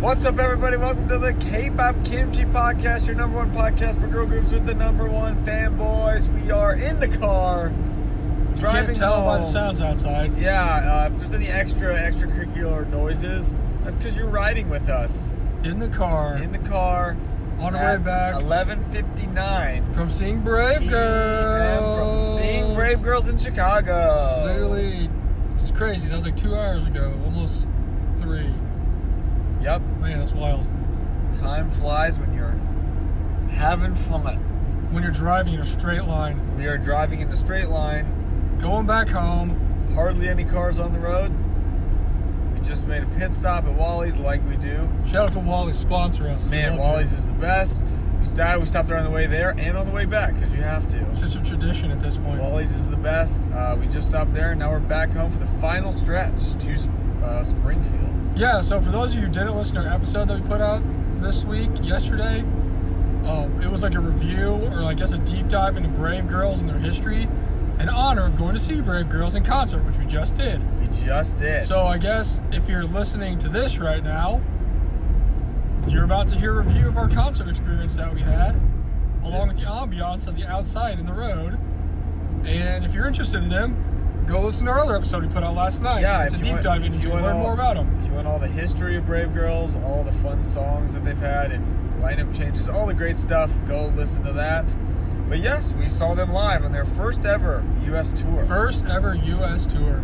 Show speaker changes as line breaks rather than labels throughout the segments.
What's up, everybody? Welcome to the K-pop Kimchi Podcast, your number one podcast for girl groups with the number one fanboys. We are in the car, driving
Can't tell
home.
by the sounds outside.
Yeah, uh, if there's any extra extracurricular noises, that's because you're riding with us
In the car,
in the car.
on the
at
way back
11:59.
from seeing Brave Girls.
from seeing Brave Girls in Chicago.
Literally, it's crazy. That was like two hours ago, almost three.
Yep.
Man, that's wild.
Time flies when you're having fun.
When you're driving in a straight line,
We are driving in a straight line.
going back home,
hardly any cars on the road. We just made a pit stop at Wally's, like we do.
shout out to Wally, sponsor us. We
Man,
love
Wally's
you.
is the best. We stopped, we stopped there on the way there and on the way back because you have
It's
to.
just a tradition at this point.
Wally's is the best. Uh, we just stopped there, and now we're back home for the final stretch to uh, Springfield.
Yeah, so for those of you who didn't listen to our episode that we put out this week, yesterday, um, it was like a review or I guess a deep dive into Brave Girls and their history in honor of going to see Brave Girls in concert, which we just did.
We just did.
So I guess if you're listening to this right now, you're about to hear a review of our concert experience that we had, along with the ambiance of the outside and the road. And if you're interested in them, go listen to our other episode we put out last night.
yeah,
it's a
if
deep
you want-
dive
if
into
you
learn
want all-
more about them.
If you want all the history of Brave Girls, all the fun songs that they've had, and lineup changes, all the great stuff, go listen to that. But yes, we saw them live on their first ever U.S. tour.
First ever U.S. tour.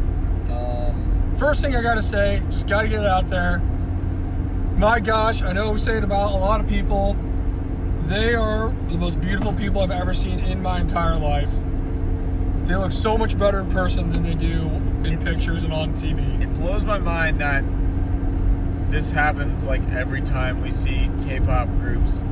Um,
First thing I gotta say, just gotta get it out there. My gosh, I know we say it about a lot of people. They are the most beautiful people I've ever seen in my entire life. They look so much better in person than they do in
It's-
pictures and on TV.
it blows my mind that this happens like every time we see K-pop groups,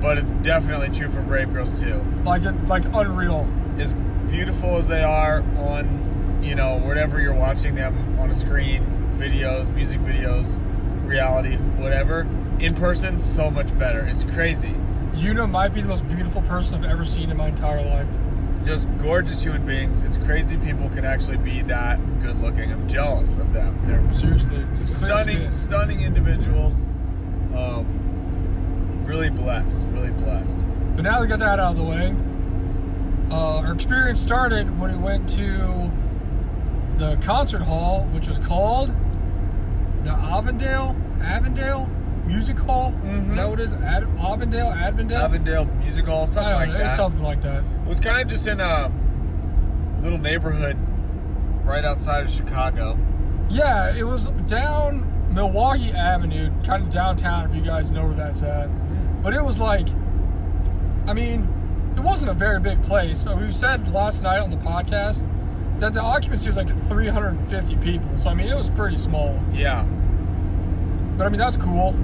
but it's definitely true for Brave Girls too.
Like it's like unreal.
As beautiful as they are on, you know, whatever you're watching them on a screen, videos, music videos, reality, whatever, in person, so much better. It's crazy.
Yuna might be the most beautiful person I've ever seen in my entire life.
Just gorgeous human beings. It's crazy people can actually be that good looking. I'm jealous of them. They're
Seriously.
stunning, stunning individuals. Um, really blessed, really blessed.
But now we got that out of the way. Uh, our experience started when we went to the concert hall, which was called the Avondale Avondale Music Hall.
Mhm.
Is that what it is? Ad- Avondale Avondale.
Avondale Music Hall, something
I
like
don't know, it's
that.
something like that.
It was kind of just in a little neighborhood right outside of Chicago.
Yeah, it was down Milwaukee Avenue, kind of downtown, if you guys know where that's at. But it was like, I mean, it wasn't a very big place. Uh, We said last night on the podcast that the occupancy was like 350 people. So, I mean, it was pretty small.
Yeah,
But, I mean, that's cool.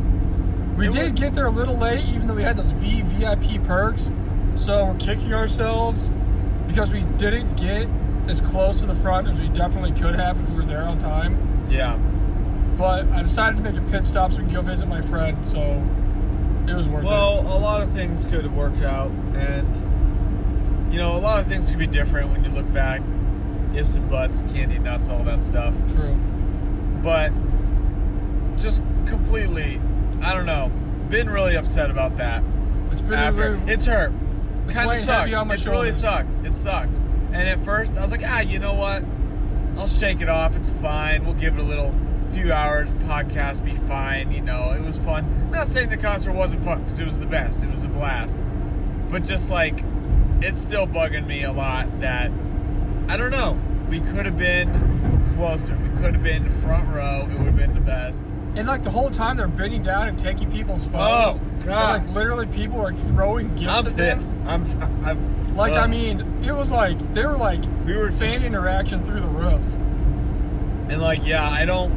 We
It
did
was-
get there a little late, even though we had those VVIP perks. So, we're kicking ourselves because we didn't get as close to the front as we definitely could have if we were there on time
yeah.
but I decided to make a pit stop so we can go visit my friend. So it was worth
Well, a lot of things could have worked out, and you know, a lot of things could be different when you look back. Ifs and buts, candy nuts, all that stuff.
it. True.
but just completely, I don't know, been really upset about that.
It's been
After
really-
it's hurt,
It's
kind of
weighing
sucked.
heavy on my
it's really
shoulders.
sucked. It sucked. And at first, I was like, ah, you know what? I'll shake it off. It's fine. We'll give it a little few hours. Podcast be fine. You know, it was fun. Not saying the concert wasn't fun because it was the best. It was a blast. But just like, it's still bugging me a lot that I don't know. We could have been closer. We could have been front row. It would have been the best.
and like the whole time they're bending down and taking people's
Oh,
photos. And,
gosh.
like literally, people were like, throwing gifts
I'm
at them.
pissed. I'm. I'm
Like I
ugh.
mean, it was like they were like
we were
fan interaction through the roof.
And like, yeah, I don't,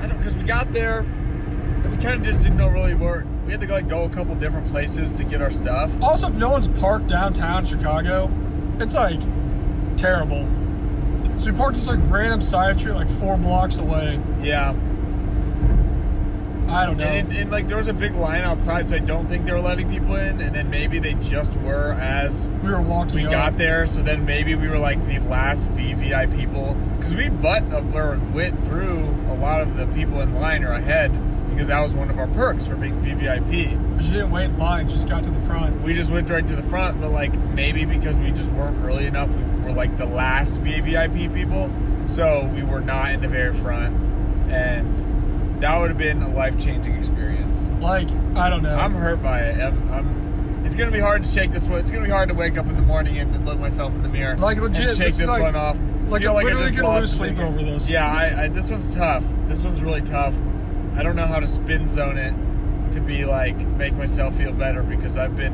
I don't, because we got there, and we kind of just didn't know really where. We had to like go a couple different places to get our stuff.
Also, if no one's parked downtown Chicago, it's like terrible. So we parked just like random side street, like four blocks away.
Yeah,
I don't know.
And, it, and like there was a big line outside, so I don't think they were letting people in. And then maybe they just were as
we were walking.
we
up.
got there. So then maybe we were like the last VVI people because we butt or went through a lot of the people in line or ahead because that was one of our perks for being VVIP.
She didn't wait in line. She just got to the front.
We just went right to the front, but like maybe because we just weren't early enough, we were like the last VVIP people, so we were not in the very front, and that would have been a life changing experience.
Like I don't know.
I'm hurt by it. I'm, I'm, it's gonna be hard to shake this one. It's gonna be hard to wake up in the morning and look myself in the mirror,
Like,
and
legit,
shake
this
this,
is like-
one off.
like,
Feel
I'm
I
literally
just
gonna
lost
lose sleep
thinking.
over this.
Yeah, I, I, this one's tough. This one's really tough. I don't know how to spin zone it to be like make myself feel better because I've been,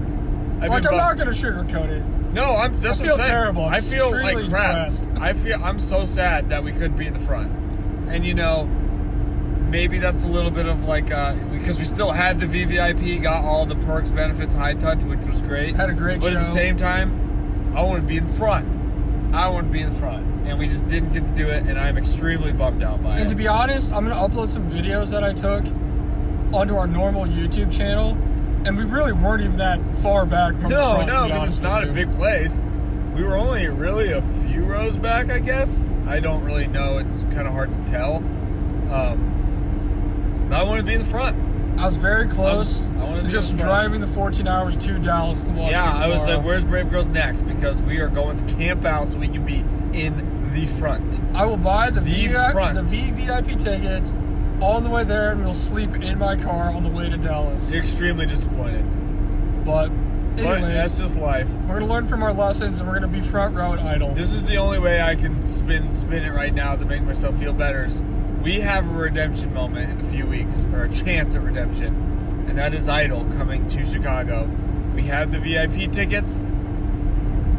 I've
like
been. bu-
I'm not gonna sugarcoat it.
no, I'm. That's what
I
I'm
feel
saying.
terrible. I'm
I feel like
extremely
crap.
depressed.
I feel. I'm so sad that we couldn't be in the front, and you know, maybe that's a little bit of like uh, because we still had the VVIP, got all the perks, benefits, high touch, which was great.
Had a great
but at the
show.
same time, I want to be in front. I want to be in front, and we just didn't get to do it, and I'm extremely bummed out by it.
And to be honest, I'm gonna upload some videos that I took onto our normal YouTube channel, and we really weren't even that far back from the
no,
front,
no,
to be
because
honest
it's
with
not a
you.
big place. We were only really a few rows back, I guess. I don't really know. It's kind of hard to tell. Um, but I want to be in the front.
I was very close
I wanna
to
be
just
in front.
driving the 14 hours to Dallas to watch.
yeah,
it
I was
tomorrow.
like, "Where's Brave Girls next?" Because we are going to camp out so we can be in the front.
I will buy the,
The
VVIP
front.
the VVIP tickets on the way there, and we'll sleep in my car on the way to Dallas.
You're extremely disappointed,
But
but that's
anyways,
just life.
we're gonna learn from our lessons, and we're gonna be front row and idle.
This is the only way I can spin spin it right now to make myself feel better. Is we have a redemption moment in a few weeks, or a chance at redemption, and that is Idol coming to Chicago. We have the VIP tickets,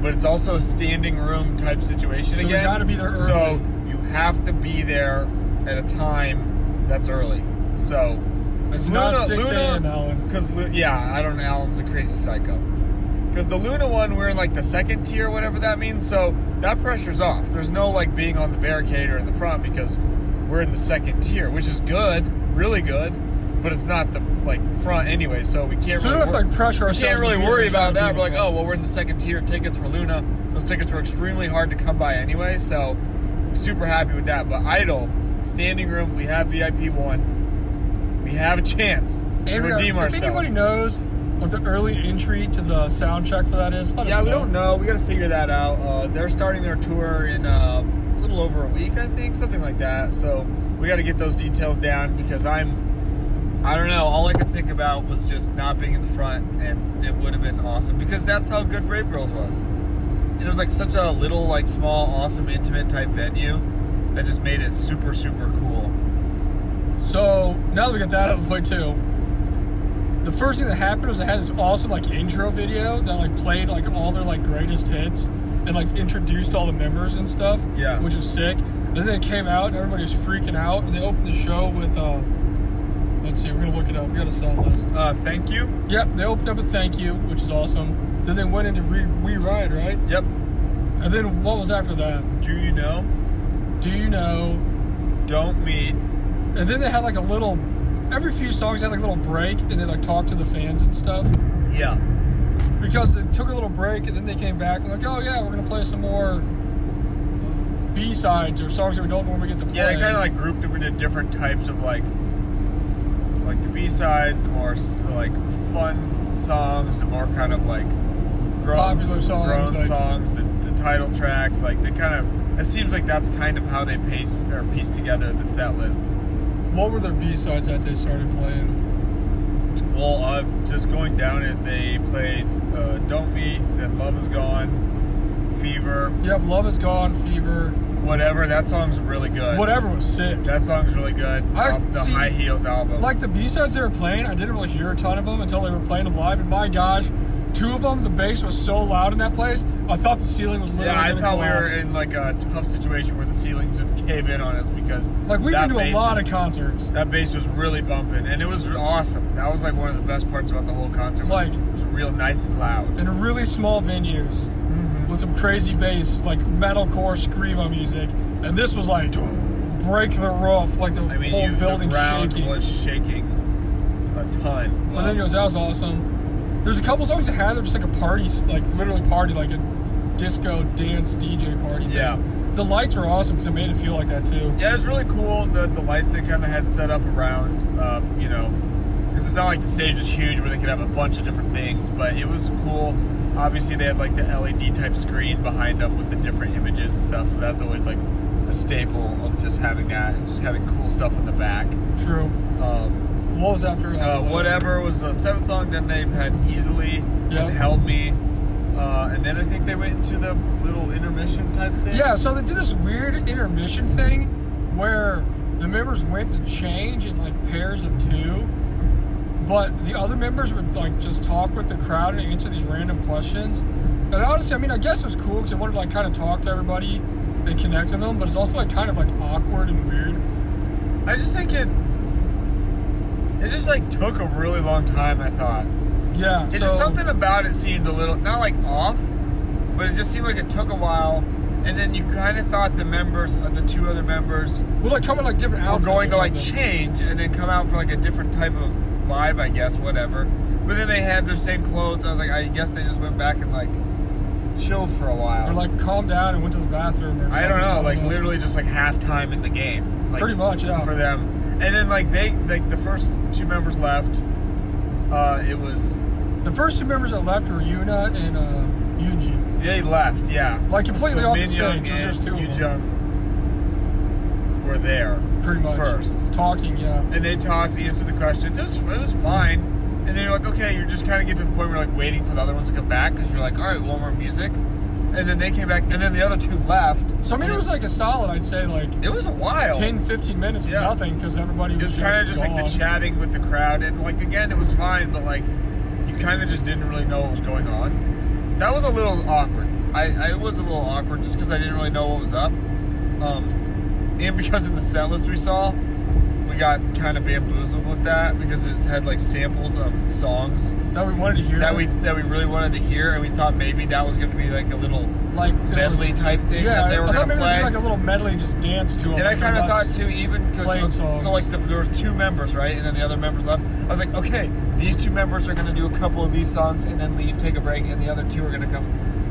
but it's also a standing room type situation
So we
again.
gotta be there
So
early.
you have to be there at a time that's early. So
It's not 6 a.m., Alan.
Because yeah, I don't know. Alan's a crazy psycho. Because the Luna one, we're in like the second tier, whatever that means. So that pressure's off. There's no like being on the barricade or in the front because we're in the second tier, which is good, really good. But it's not the like front anyway, so we can't.
So we
really
don't have to,
wor-
like, pressure
We
ourselves
can't really
to be
worry
there trying
about
to
that.
be
We're like,
there.
oh well, we're in the second tier. Tickets for Luna. Those tickets were extremely hard to come by anyway, so super happy with that. But Idol standing room, we have VIP one. We have a chance to
And we are-
redeem ourselves.
If anybody knows what the early entry to the sound check for that is, let
Yeah,
us
we don't know. We got to figure that out. Uh, they're starting their tour in uh, a little over a week, I think, something like that. So we got to get those details down because I'm, I don't know. All I could think about was just not being in the front, and it would have been awesome because that's how good Brave Girls was. And it was like such a little, like small, awesome, intimate type venue that just made it super, super cool.
So now that we got that out of the way too, the first thing that happened was I had this awesome like intro video that like played like all their like greatest hits and like introduced all the members and stuff.
Yeah.
Which was sick. Then they came out and everybody was freaking out and they opened the show with uh let's see, we're gonna look it up. We got a sound list.
Uh, thank you.
Yep, they opened up with thank you, which is awesome. Then they went into re- we ride, right?
Yep.
And then what was after that?
Do you know?
Do you know?
Don't meet.
And then they had like a little every few songs they had like a little break and they like talked to the fans and stuff.
Yeah.
because they took a little break and then they came back and like, oh yeah, we're gonna play some more B sides or songs that we don't normally get to play.
Yeah, they kind of like grouped them into different types of like, like the B sides, the more s- like fun songs, the more kind of like grown,
Popular songs,
grown
like-
songs, the, the title tracks. Like they kind of, it seems like that's kind of how they pace or piece together the set list.
What were their B sides that they started playing?
Well, uh, just going down it, they played uh, "Don't Meet," then "Love Is Gone," "Fever,"
Yep, Love Is Gone, Fever,
whatever. That song's really good.
whatever was sick.
That song's really good.
I-
off the
see,
High Heels album.
Like the B sides they were playing, I didn't really hear a ton of them until they were playing them live. And my gosh, two of them, the bass was so loud in that place, I thought the ceiling was literally.
Yeah, I
gonna
thought we were
collapse.
in like a tough situation where the ceiling just cave in on us because
Like we've
that
been to a
bass
lot
was,
of concerts.
that bass was really bumping and it was awesome. That was like one of the best parts about the whole concert. was
Like-
it was real nice and loud.
in really small venues Mm-hmm. with some crazy bass, like metalcore screamo music. And this was like, break the roof, like the
I mean,
whole
you,
building
the ground
shaking.
was shaking a ton.
But anyways, that was awesome. There's a couple songs I had. They're just like a party, like literally party, like a disco dance DJ party. thing.
Yeah.
The lights were awesome because it made it feel like that too.
Yeah, it was really cool that the lights they kind of had set up around, um, you know, because it's not like the stage was huge where they could have a bunch of different things, but it was cool. Obviously, they had like the LED type screen behind them with the different images and stuff, so that's always like a staple of just having that and just having cool stuff in the back.
True.
Um,
What was after?
uh, whatever was the seventh song, then they had Easily
Yeah.
and Help Me. Uh, and then I think they went into the little intermission type thing.
Yeah, so they did this weird intermission thing where the members went to change in like pairs of two, but the other members would like just talk with the crowd and answer these random questions. And honestly, I mean, I guess it was cool because I wanted to like kind of talk to everybody and connect with them, but it's also like kind of like awkward and weird.
I just think it. It just like took a really long time. I thought
Yeah,
it's
so
just something about it seemed a little not like off, but it just seemed like it took a while. And then you kind of thought the members of the two other members
Well, like coming like different
were
outfits.
going
or
to like
something.
change and then come out for like a different type of vibe, I guess, whatever. But then they had their same clothes. I was like, I guess they just went back and like chilled for a while.
or like calm down and went to the bathroom. Or
I don't
something.
know, like literally just like halftime in the game. Like,
Pretty much, yeah.
For them, and then like they like the first two members left. Uh, it was
The first two members that left were Yuna and uh, Yunji.
they left, yeah.
Like, completely off the
Min
stage,
Young
there's
and
just two of
Yoo
them.
Jung were there
pretty much
first,
talking yeah
and they talked, answered the questions. It was it was fine, and then you're like, okay, you're just kind of get to the point where you're like waiting for the other ones to come back because you're like, all right, one more music, and then they came back, and then the other two left.
so i mean it was like a solid i'd say like
it was a while.
10 15 minutes of
Yeah.
nothing because everybody
It
was
was
just
kind of just like the
gone.
chatting with the crowd, and like again, it was fine, but like you kind of just didn't really know what was going on. That was a little awkward. I, I was a little awkward just because I didn't really know what was up, um, and because in the set list we saw, we got kind of bamboozled with that because it had like samples of songs
that we wanted to hear
that we that we really wanted to hear, and we thought maybe that was going to be like a little.
like it
medley
was-
type thing
yeah
that they were
I thought
gonna
maybe
play.
it'd be like a little medley and just dance to it
And I kind of thought too, even
playing
because
songs.
so like the, there was two members, right, and then the other members left. I was like, okay, these two members are gonna do a couple of these songs and then leave, take a break, and the other two are gonna come.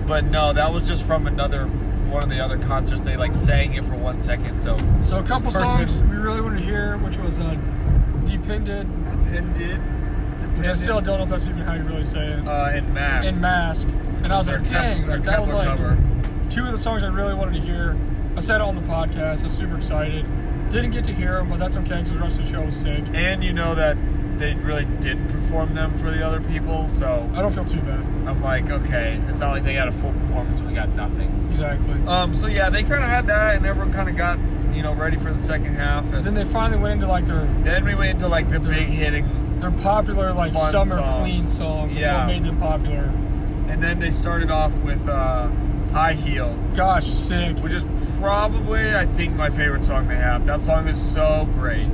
But no, that was just from another one of the other concerts. They like sang it for one second, so
so a couple
Person-
songs we really wanted to hear which was uh depended
depended,
which i still don't know if that's even how you really say it
uh, and mass
and mask and i was like dang like, that was like two of the songs I really wanted to hear. I said it on the podcast. I was super excited. Didn't get to hear them, but that's okay because the rest of the show was sick.
and you know that they really did perform them for the other people, so
I don't feel too bad.
I'm like, okay, it's not like they got a full performance and we got nothing.
Exactly.
Um, so yeah, they kind of had that, and everyone kind of got you know ready for the second half, and
Uh, then
then,
they finally went into like their
we went into like the big hitting,
their popular like
Fun
summer
songs.
clean songs. like,
Yeah.
What made them popular?
and then they started off with uh, high heels,
Gosh, sick.
which is probably I think my favorite song they have. That song is so great.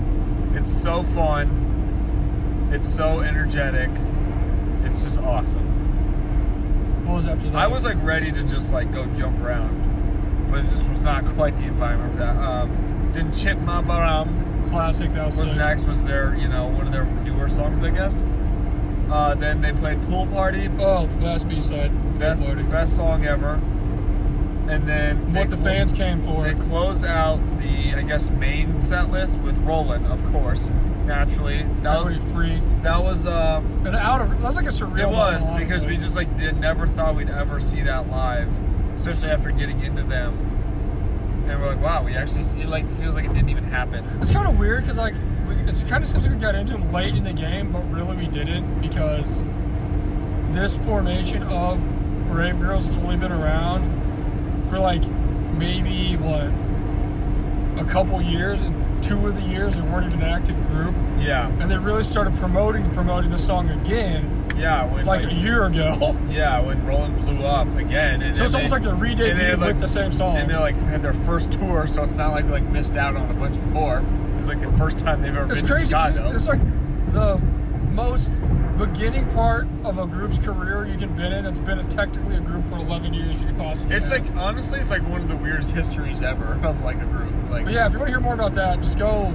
It's so fun. It's so energetic. It's just awesome.
What was after that?
I was like ready to just like go jump around, but it just was not quite the environment for that. Um, then Chip Ma Baram.
classic. That was
was
sick.
next was their you know one of their newer songs I guess. Uh, then they played Pool Party,
Oh, the best B side.
best best song ever. And then they
What the
clo-
fans came for.
They closed out the I guess main set list with Roland, of course, naturally. That was
Everybody freaked.
that was uh,
And out of that was like a surreal.
it was
moment,
because
honestly.
we just like did never thought we'd ever see that live, especially after getting into them. And we're like, wow, we actually it like feels like it didn't even happen.
It's kind of weird because like we- it's kind of seems like we got into them late in the game, but really we didn't because this formation of Brave Girls has only been around for like maybe what a couple years, and two of the years they weren't even an active group,
Yeah,
and they really started promoting promoting the song again
yeah. When,
like, a year ago.
Yeah, when Roland blew up again, and
So it's
then
almost like they're
and they
redebuting
had, like-
with the same song.
and they like had their first tour, so it's not like they, like missed out on a bunch before. It's like the first time they've ever
It's
been
crazy.
to
'cause
Chicago.
It's like the most beginning part of a group's career you can bid in that's been a, technically a group for 11 years you could possibly
It's
have.
like honestly, it's like one of the weirdest histories ever of like a group. Like,
But yeah, if you want to hear more about that, just go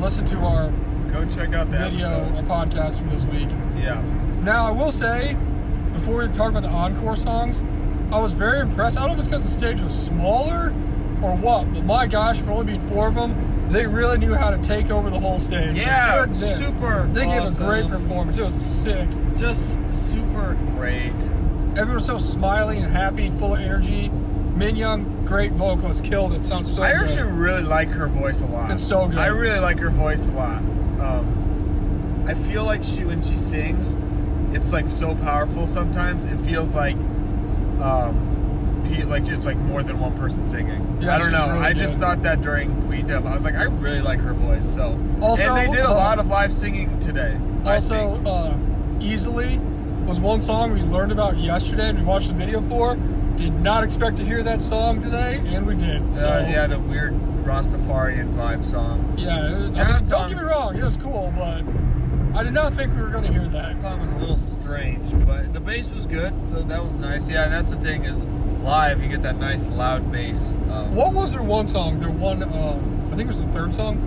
listen to our
go check out that
video,
episode.
our podcast from this week.
Yeah,
Now, I will say, before we talk about the encore songs, I was very impressed. I don't know if it's because the stage was smaller or what, but my gosh, for only being four of them, they really knew how to take over the whole stage.
Yeah,
Goodness.
super
They gave a great
awesome.
performance. It was sick.
just super great.
Everyone was so smiley and happy, full of energy. Min Young, great vocalist, killed it. Sounds so
I
good.
actually really like her voice a lot.
It's so good.
I really like her voice a lot. Um, I feel like she when she sings, it's like so powerful. Sometimes it feels like, um, pe- like it's like more than one person singing.
Yeah,
I don't
she's
know.
really
I just
good.
thought that during Queen Dub, I was like, I really like her voice. So
Also,
and they did a
uh,
lot of live singing today. I
Also,
think.
uh, easily was one song we learned about yesterday and we watched the video for. Did not expect to hear that song today, and we did. So
Uh, yeah, the weird Rastafarian vibe song.
yeah. it- I mean,
that
don't get
song's-
me wrong, it was cool, but I did not think we were going to hear
That
that.
song was a little strange, but the bass was good, so that was nice. Yeah, and that's the thing is live, you get that nice loud bass. Um,
What was their one song? Their one, uh, I think it was the third song.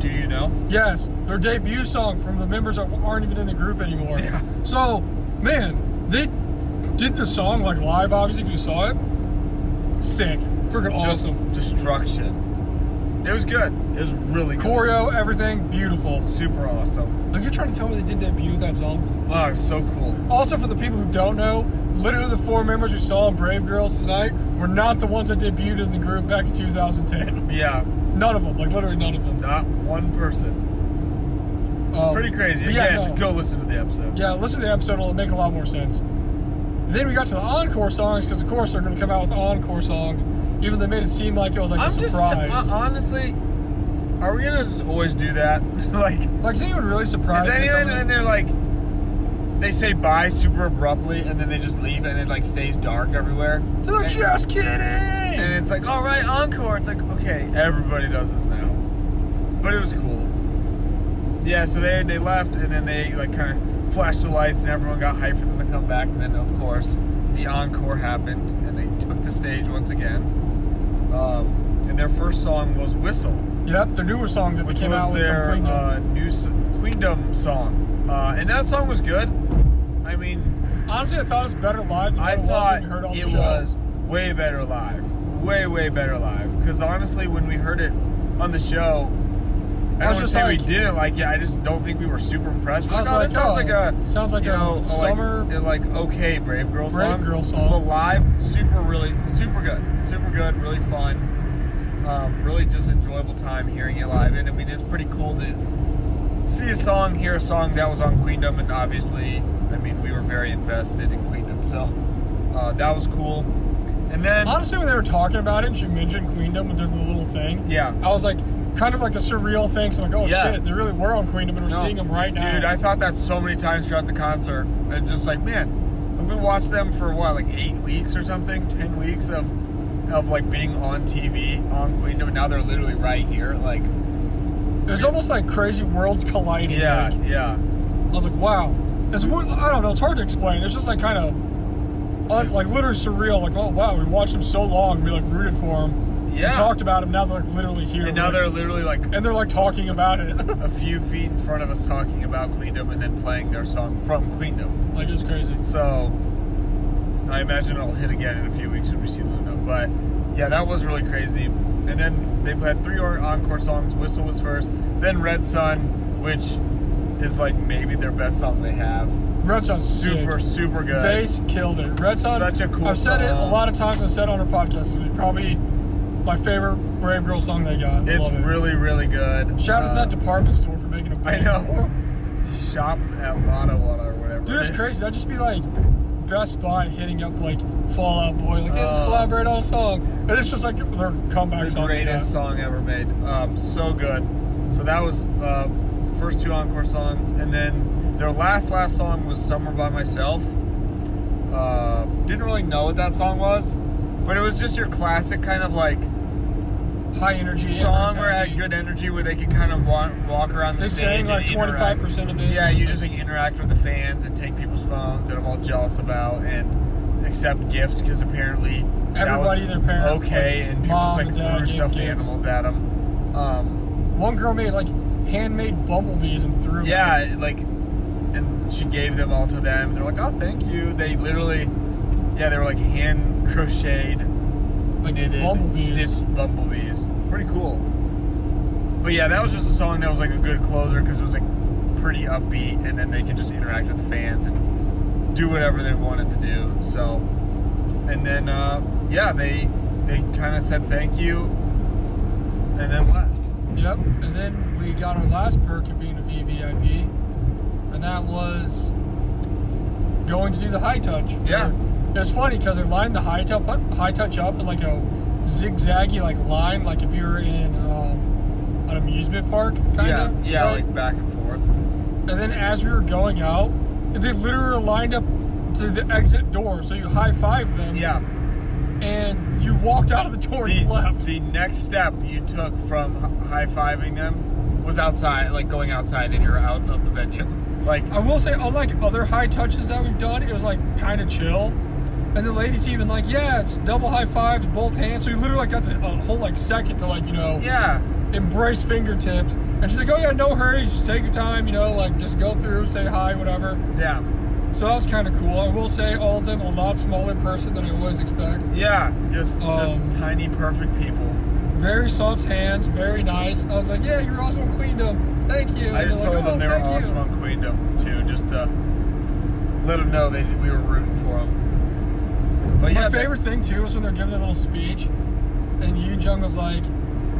do you know?
Yes, their debut song from the members that aren't even in the group anymore.
Yeah.
So, man, they did the song like live. Obviously, if you saw it, sick, freaking awesome.
Just destruction. It was good. It was really good.
choreo, everything beautiful.
super awesome.
Like you're trying to tell me they didn't debut that song?
Oh, it was so cool.
Also, for the people who don't know, literally the four members we saw in Brave Girls tonight were not the ones that debuted in the group back in 2010.
Yeah,
None of them, like literally none of them.
not one person.
It's
Pretty crazy.
Oh. Yeah,
Again,
no.
go listen to the episode.
yeah, listen to the episode; it'll make a lot more sense. Then we got to the encore songs because, of course, they're going to come out with encore songs. Even they made it seem like it was like
I'm
a
just
surprise.
uh, honestly, are we gonna just always do that? like.
like, is anyone really surprised?
uh, Is
they're
anyone
coming-
and they're like they say bye super abruptly and then they just leave and it like stays dark everywhere.
They're like,
and,
just kidding.
and it's like, all right, encore. It's like, okay, everybody does this now. But it was cool. Yeah, so they they left and then they like kind of flashed the lights and everyone got hyped for them to come back and then of course the encore happened and they took the stage once again. Um, and their first song was "Whistle,"
Yep, their newer song that
which
they came out
was
with
their
from Queendom.
uh, new s- Queendom song, uh, and that song was good. I mean,
Honestly, I thought it was better live than
I
what
thought
it was when we heard on the
it
show.
was way better live, way way better live. Because honestly, when we heard it on the show, I
I was
don't want to
just
say we
like-
didn't like it. I just don't think we were super impressed. We're
I was
like, oh,
like,
that sounds
oh,
like a
sounds like
you
a
know, like-
summer-
it like, okay Brave Girl
Brave
song.
Girl song.
But live, super really super good, super good, really fun. Um, really just enjoyable time hearing it live, and I mean it's pretty cool to see a song, hear a song that was on Queendom, and obviously, I mean we were very invested in Queendom, so uh, that was cool. And then
Honestly, when they were talking about it, and she mentioned Queendom with their little thing.
Yeah.
I was like, kind of like a surreal thing. So I'm like, oh
Yeah.
shit, they really were on Queendom, and we're
No.
seeing them right now.
Dude, I thought that so many times throughout the concert. i just like, man, we watched them for what, like eight weeks or something, ten weeks of of like being on TV on Queendom, and now they're literally right here. Like,
it was almost like crazy worlds colliding.
yeah,
Like,
yeah,
I was like, wow. It's wor- I don't know. It's hard to explain. It's just like kind of un- like literally surreal. Like, oh wow, we watched them so long. We like rooted for them.
Yeah.
We talked about them. Now they're like literally here.
and now
Like-
they're literally like
and they're like talking about it.
a few feet in front of us talking about Queendom and then playing their song from Queendom.
like it's crazy.
So, I imagine it'll hit again in a few weeks when we see Luna. But yeah, that was really crazy. And then they had three or- encore songs. Whistle was first, then Red Sun, which is like maybe their best song they have.
Red Sun's
super,
sick.
super good.
Bass killed it. Red Sun.
Such a cool
I've said it a
song.
lot of times. I've said it on our podcast. It's probably my favorite Brave Girl song they got. I
it's
love it.
really, really good.
Shout out to
Uh,
that department store for making a.
I know. Just shop at Lana Water or whatever.
Dude,
it
it's
is.
crazy. That'd just be like Best Buy hitting up like Fallout Boy, like hey, let's
Uh,
collaborate on a song, and it's just like their comeback
the
song. they got.
greatest song ever made. Um, so good. So that was uh, the first two encore songs, and then their last last song was "Summer by Myself." Uh, didn't really know what that song was, but it was just your classic kind of like
high energy.
song or
every
had
time
good energy where they could kind of walk, walk around the
They sang
stage
like
and
twenty
interact.
five percent of it.
Yeah, you just like interact with the fans and take people's phones that I'm all jealous about and accept gifts because apparently
Everybody,
that
their
was
parents,
okay
like,
and people
mom
just like
and dad
threw
gave
stuffed
gifts.
animals at them. Um,
one girl made like handmade bumblebees and threw. it.
yeah, like and she gave them all to them. They're like, oh, thank you. They literally, yeah, they were like hand crocheted
like
knitted
bumblebees.
stitched bumblebees. Pretty cool. But yeah, that was just a song that was like a good closer because it was like pretty upbeat, and then they could just interact with the fans and do whatever they wanted to do. So, and then uh, yeah, they they kind of said thank you, and then left.
Yep. And then we got our last perk of being a VVIP, and that was going to do the high touch.
Yeah.
It was funny because they lined the high touch high touch up in like a zigzaggy like line, like if you're in um, an amusement park. Kinda,
yeah, yeah,
Right?
like back and forth.
And then as we were going out, they literally lined up to the exit door. So you high five them.
Yeah.
And you walked out of the door and
The,
you left.
the next step you took from high fiving them was outside, like going outside, and you're out of the venue. Like
I will say, unlike other high touches that we've done, it was like kind of chill. And the lady's even like, yeah, it's double high fives, both hands. So you literally like, got the a whole like second to like, you know,
oh, yeah,
embrace fingertips. And she's like, oh yeah, no hurry, just take your time, you know, like just go through, say hi, whatever.
yeah.
So that was kind of cool. I will say, all of them a lot smaller in person than I always expect.
Yeah, just
Um,
just tiny, perfect people.
Very soft hands, very nice. I was like, yeah, you're awesome on Queendom. Thank you.
I
And
just
they're like,
told them
"Oh,
they were
thank you."
awesome on Queendom too, just to let them know that we were rooting for them. But
My
yeah, they-
favorite thing too is when they're giving their little speech, and Yu Jung was like,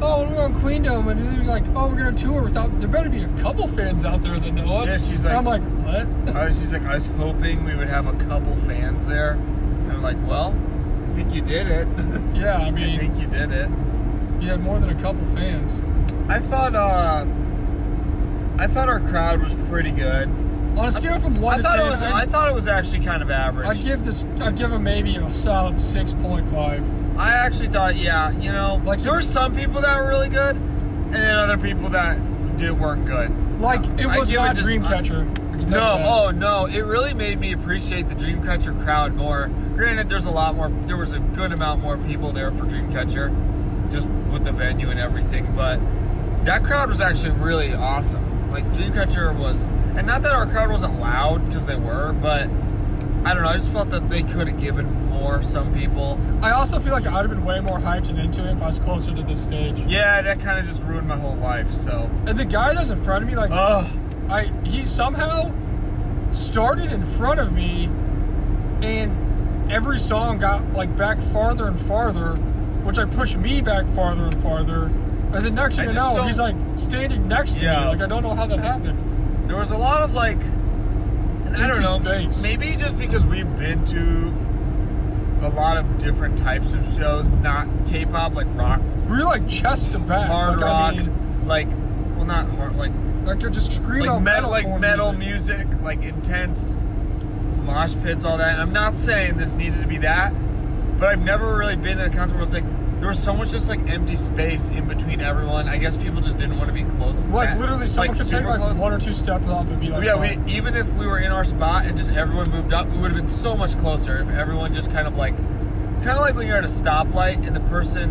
"Oh, we're on Queendom," and they're like, "Oh, we're gonna tour without." There better be a couple fans out there that know us.
Yeah, she's
And I'm
like-
like, "What?"
I was just like, I was hoping we would have a couple fans there, and I'm like, well, I think you did it.
yeah, I
I
mean,
think you did it.
you had more than a couple fans.
I thought, uh, I thought our crowd was pretty good.
On a scale from one
I
to
thought
ten,
it was, I thought it was actually kind of average.
would give this, I'd give them maybe a solid six point five.
I actually thought, yeah, you know,
Like
like there
you-
were some people that were really good, and then other people that did weren't good.
Like it
I
was
give it
not
just-
Dreamcatcher. I can tell
No,
you that.
oh no, it really made me appreciate the Dreamcatcher crowd more. Granted, there's a lot more. There was a good amount more people there for Dreamcatcher, just with the venue and everything. But that crowd was actually really awesome. Like Dreamcatcher was, and not that our crowd wasn't loud because they were, but I don't know. I just felt that they could have given more. Some people.
I also feel like I'd have been way more hyped and into it if I was closer to the stage.
Yeah, that kind of just ruined my whole life. So.
And the guy that's in front of me, like,
Ugh.
I he somehow started in front of me, and every song got like back farther and farther, which I pushed me back farther and farther. And then next
I
thing I
just
know,
don't-
he's like standing next to me.
Yeah.
Like I don't know how that happened.
There was a lot of like, and I don't
Empty
know,
space.
maybe just because we've been to a lot of different types of shows, not K-pop, like rock,
We were like chest to back,
hard
like,
rock,
I mean,
like well, not hard, like
like they're just screaming
like
out
metal, like
metalcore
metal music. like intense mosh pits, all that. And I'm not saying this needed to be that, but I've never really been in a concert where it's like there was so much just like empty space in between everyone. I guess people just didn't want to be close.
Like
that-
literally, someone could take
super
like
close.
one or two steps up and be like,
Yeah,
"Oh."
we, even if we were in our spot and just everyone moved up, we would have been so much closer if everyone just kind of like. It's kind of like when you're at a stoplight and the person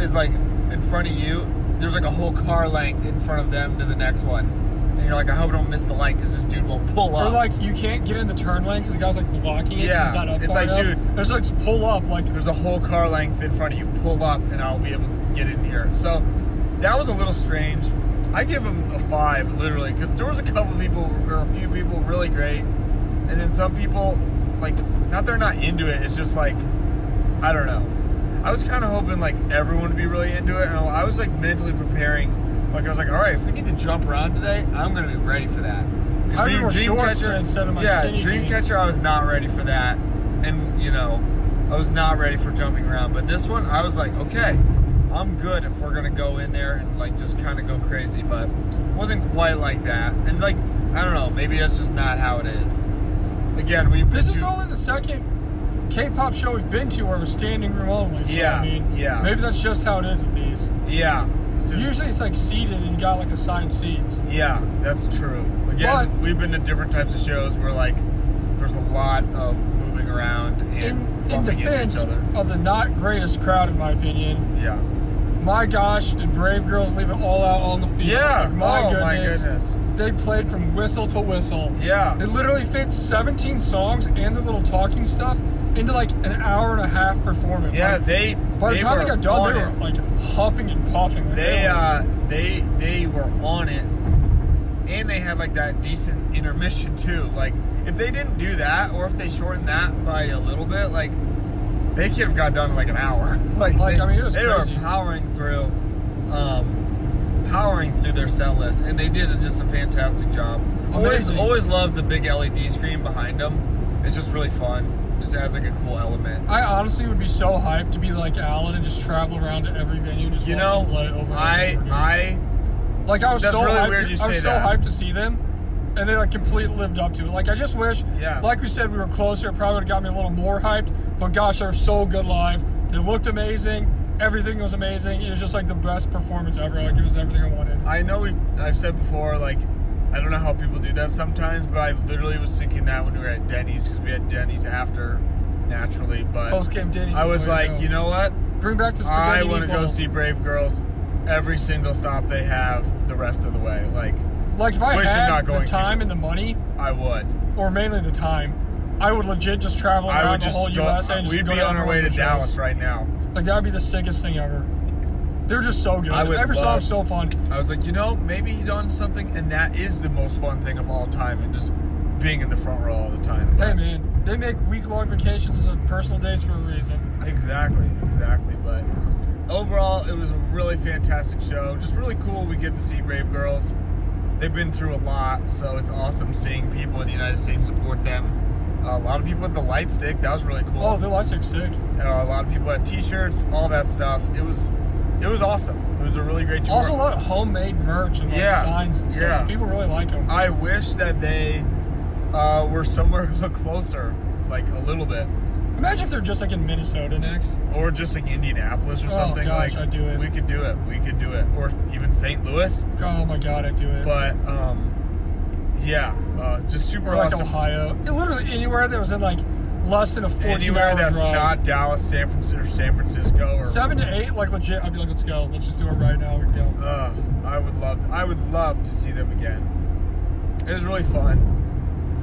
is like in front of you, there's like a whole car length in front of them to the next one. And you're like, I hope I don't miss the light because this dude won't pull
Or
up.
like you can't get in the turn lane because the guy's like blocking it. 'cause
Yeah,
he's not up
it's
far
like,
enough.
dude.
There's like just pull up, like
there's a whole car length in front of you, pull up and I'll be able to get in here. So that was a little strange. I give him a five, literally, because there was a couple people or a few people really great, and then some people like not they're not into it. It's just like I don't know. I was kind of hoping like everyone would be really into it, and I was like mentally preparing. Like I was like, all right, if we need to jump around today, I'm gonna be ready for that. 'Cause
I
being
remember shorts instead of my
yeah,
skinny
Dreamcatcher.
jeans.
I was not ready for that, and you know, I was not ready for jumping around. But this one, I was like, okay, I'm good if we're gonna go in there and like just kind of go crazy. But it wasn't quite like that, and like I don't know, maybe that's just not how it is. Again, we've been
This is
to-
only the second K-pop show we've been to where it was standing room only. So,
Yeah,
I mean,
yeah.
Maybe that's just how it is with these.
Yeah. So it's-
Usually it's like seated and you got like assigned seats.
Yeah, that's true. Again,
But-
we've been to different types of shows where like there's a lot of moving around and
In, in
bumping
defense
into each other.
of the not greatest crowd, in my opinion,
Yeah.
my gosh, did Brave Girls leave it all out on the field?
Yeah.
Like, my,
oh
goodness.
my goodness.
They played from whistle to whistle.
Yeah.
They literally fit 17 songs and the little talking stuff into like an hour and a half performance.
yeah,
Like,
they
by the
they
time
were
they got done,
on
they
it.
were like huffing and puffing. Like,
they
were-
uh they they were on it and they had like that decent intermission too like if they didn't do that or if they shortened that by a little bit like they could have got done in like an hour like,
Like,
they,
I mean, it was
they
crazy.
were powering through um powering through their set list and they did just a fantastic job always
Amazing.
always love the big led screen behind them it's just really fun just adds like a cool element
I honestly would be so hyped to be like Alan and just travel around to every venue and just
you
watch
know
them play over and
i
over again.
i
Like I was
That's
so
really
hyped.
weird you
to, I
say
was so
that.
hyped to see them, and they like completely lived up to it. Like I just wish,
Yeah.
like we said, we were closer. It probably would have got me a little more hyped. But gosh, they were so good live. They looked amazing. Everything was amazing. It was just like the best performance ever. Like it was everything I wanted.
I know we I've said before, like, I don't know how people do that sometimes, but I literally was thinking that when we were at Denny's because we had Denny's after, naturally. But
Post game Oh, Denny's.
I
is
was
the way to
like,
go.
you know what?
bring back the spaghetti
I want to go
meatballs.
see Brave Girls every single stop they have the rest of the way. Like,
Like if I
which you're
had
not going
the
to.
time and the money,
I would.
or mainly the time, I would legit just travel
I
around
would
the
just
whole
go.
U.S. and just
we'd
go
be
down
on our
for
way
all
to
the shows.
Dallas right now.
Like that'd be the sickest thing ever. They're just so good.
I would
Every
love-
song's so fun.
I was like, you know, maybe he's on something, and that is the most fun thing of all time, and just being in the front row all the time.
Hey man, they make week-long vacations and personal days for a reason.
Exactly, exactly. But overall, it was a really fantastic show. Just really cool we get to see Brave Girls. They've been through a lot, so it's awesome seeing people in the United States support them. Uh, a lot of people at the light stick, that was really cool.
Oh, the light's sick.
Uh, a lot of people at t-shirts, all that stuff. It was it was awesome. It was a really great tour.
Also, a lot of homemade merch and like
Yeah,
signs and stuff. so
yeah.
people really like them.
I wish that they uh, were somewhere closer, like a little bit.
Imagine if they're just like in Minnesota next.
or just like Indianapolis or
Oh,
something.
gosh,
like
I'd do it.
we could do it. We could do it, or even St. Louis.
Oh my god, I do it.
But um, yeah, uh, just super
or like
awesome.
Ohio, Yeah, literally anywhere that was in like less than a 14
Anywhere
hour
that's
drive.
not Dallas, San Francisco, or San Francisco, or
Seven to eight, like legit, I'd be like, let's go, let's just do it right now. We go.
Uh, I would love. I would love to see them again. It was really fun.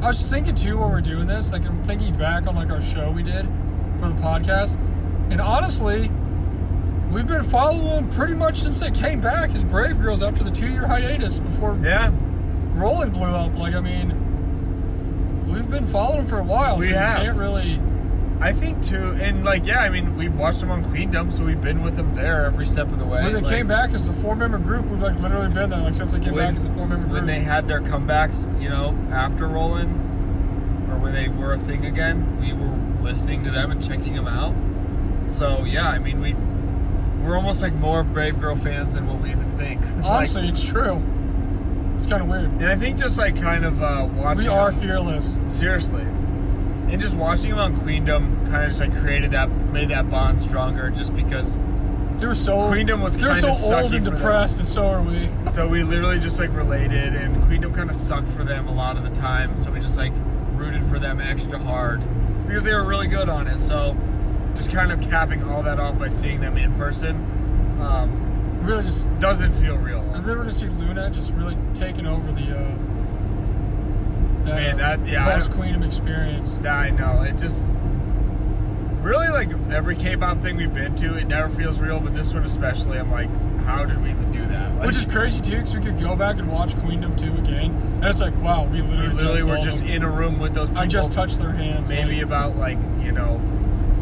I was just thinking too while we're doing this, like I'm thinking back on like our show we did for the podcast, and honestly, we've been following them pretty much since they came back as Brave Girls after the two-year hiatus before
Yeah,
Roland blew up. Like I mean, we've been following for a while.
We
so
have.
You can't really.
I think too. And like, yeah, I mean, we watched them on Queendom, so we've been with them there every step of the way.
When they
like,
came back as a four-member group, we've like literally been there like since they came back as a four-member group.
when they had their comebacks, you know, after Roland, or when they were a thing again, we were listening to them and checking them out. So yeah, I mean, we we're almost like more Brave Girl fans than what we even think. Like-
honestly, it's true. It's kind of weird.
and I think just like kind of uh, watching
We are
them-
fearless.
seriously, and just watching them on Queendom kind of just like created that made that bond stronger, just because.
They were so
Queendom was
they were
kinda
so old
sucky
and
for them.
depressed, and so are we.
So we literally just like related, and Queendom kind of sucked for them a lot of the time. So we just like rooted for them extra hard because they were really good on it. So just kind of capping all that off by seeing them in person um,
Really, just
doesn't feel real.
I
honestly.
really want to see Luna just really taking over the. Uh, that,
Man, that- yeah, I-
post Queendom experience.
Yeah, I know. It just really like every K-pop thing we've been to, it never feels real. But this one especially, I'm like, how did we even do that? Like,
Which is crazy too, because we could go back and watch Queendom 2 again, and it's like, wow, we
we
literally,
literally
just
were
saw
just
them.
in a room with those. People
I just touched their hands.
maybe
like-
about like you know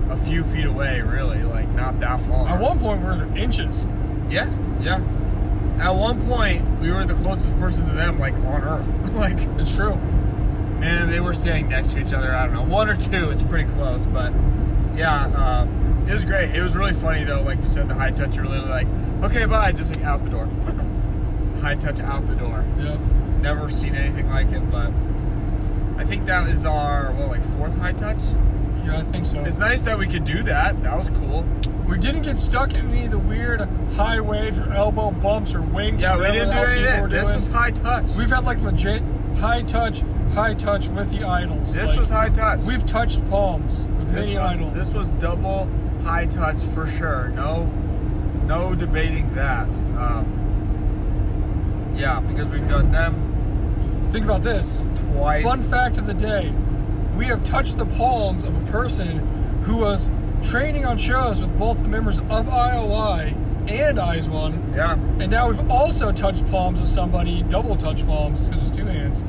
a few feet away really like not that far
at one point we we're inches.
yeah yeah at one point we were the closest person to them like on earth like
It's true.
and they were standing next to each other i don't know one or two it's pretty close but yeah um, it was great it was really funny though like you said the high touch you're literally like okay bye just like out the door high touch out the door
Yeah.
never seen anything like it but i think that is our what like fourth high touch
Yeah, I think so.
It's nice that we could do that. That was cool.
We didn't get stuck in any of the weird high waves or elbow bumps or wings.
Yeah,
or
we
whatever
didn't
the
do
hell
any of
people
that.
were
This
doing.
was high touch.
We've had like legit high touch, high touch with the idols.
This
Like,
was high touch.
We've touched palms with
this
many
was,
idols.
This was double high touch for sure. No, no debating that. Um, yeah, because we've done them
Think about this.
twice.
Fun fact of the day: we have touched the palms of a person who was training on shows with both the members of IOI and Eyes One,
yeah,
and now we've also touched palms with somebody, double touch palms because it's two hands,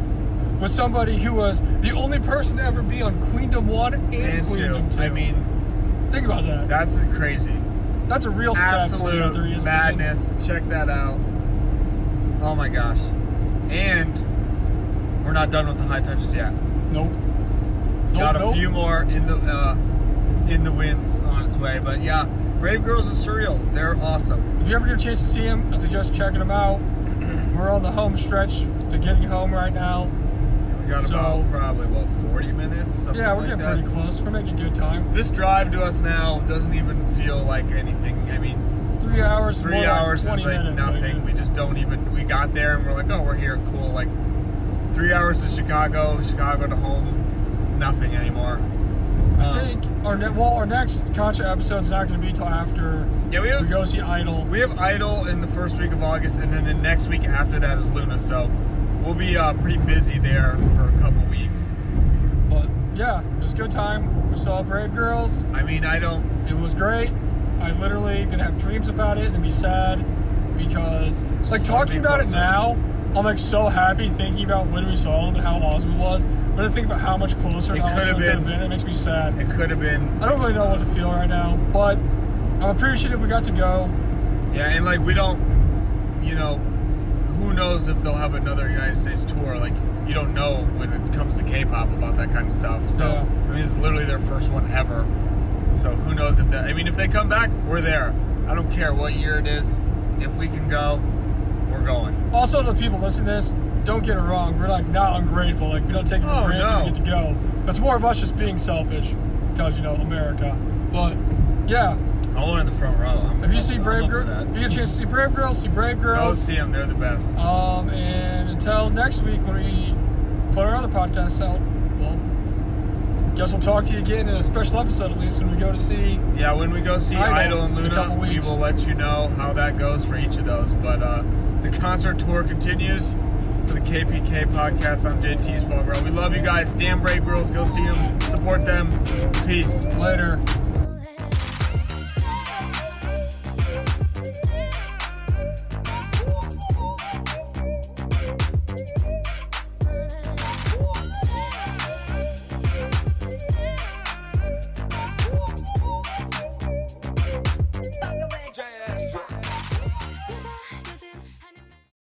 with somebody who was the only person to ever be on Queendom One and,
and two.
Queendom Two.
I mean,
think about that.
that's crazy.
That's a real stat. for E you out there,
absolute
ESPN.
madness. Check that out. Oh my gosh. And we're not done with the high touches yet.
Nope.
Got a
Nope, nope.
few more in the uh, in the winds on its way, but yeah, Brave Girls is surreal. They're awesome.
If you ever get a chance to see him, I suggest checking him out. We're on the home stretch to getting home right now.
We got
So-
about probably what 40 minutes. Something
Yeah, we're
like
getting
that.
pretty close. We're making good time.
This drive to us now doesn't even feel like anything. I mean,
Three hours.
three
more like
hours is
20
like
minutes, I
nothing.
guess.
We just don't even. We got there and we're like, oh, we're here, cool. Like three hours to Chicago, Chicago to home. It's nothing anymore. Um,
I think our ne- well, our next Concha episode's not going to be till after
Yeah, we have
we go see Idol.
We have Idol in the first week of August, and then the next week after that is Luna. So we'll be uh, pretty busy there for a couple weeks.
But yeah, it was a good time. We saw Brave Girls.
I mean, I don't.
It was great. I literally gonna have dreams about it and be sad because like
wanna
talking
be
about it
closer.
now, I'm like so happy thinking about when we saw them and how awesome it was. But I think about how much closer
It
and
could've
awesome it could
been.
have been. It makes me sad.
It could have been.
I don't really know what to feel right now, but I'm appreciative we got to go.
Yeah, and like we don't. You know, who knows if they'll have another United States tour? Like you don't know when it comes to K-pop about that kind of stuff. So
Yeah.
I mean, it's literally their first one ever. So who knows if that? I mean, if they come back, we're there. I don't care what year it is. If we can go, we're going.
Also, to the people listening to this, don't get it wrong. We're like not ungrateful. Like we don't take it for
Oh,
granted
no.
we get to go. That's more of us just being selfish because you know America. But yeah,
I want in the front row. I'm,
if you see
I'm
Brave Girls,
upset.
if you get a chance to see Brave Girls, see Brave
Go
Girls.
see them. They're the best.
Um, and until next week when we put our other podcast out, well, guess we'll talk to you again in a special episode at least when we go to see.
Yeah, when we go see
Idol
Idol, and
in a
Luna,
couple
we
weeks.
will let you know how that goes for each of those. But uh, the concert tour continues for the KPK podcast. I'm JT's Fogro. We love you guys. Damn Brave Girls. Go see them. Support them. Peace.
Later.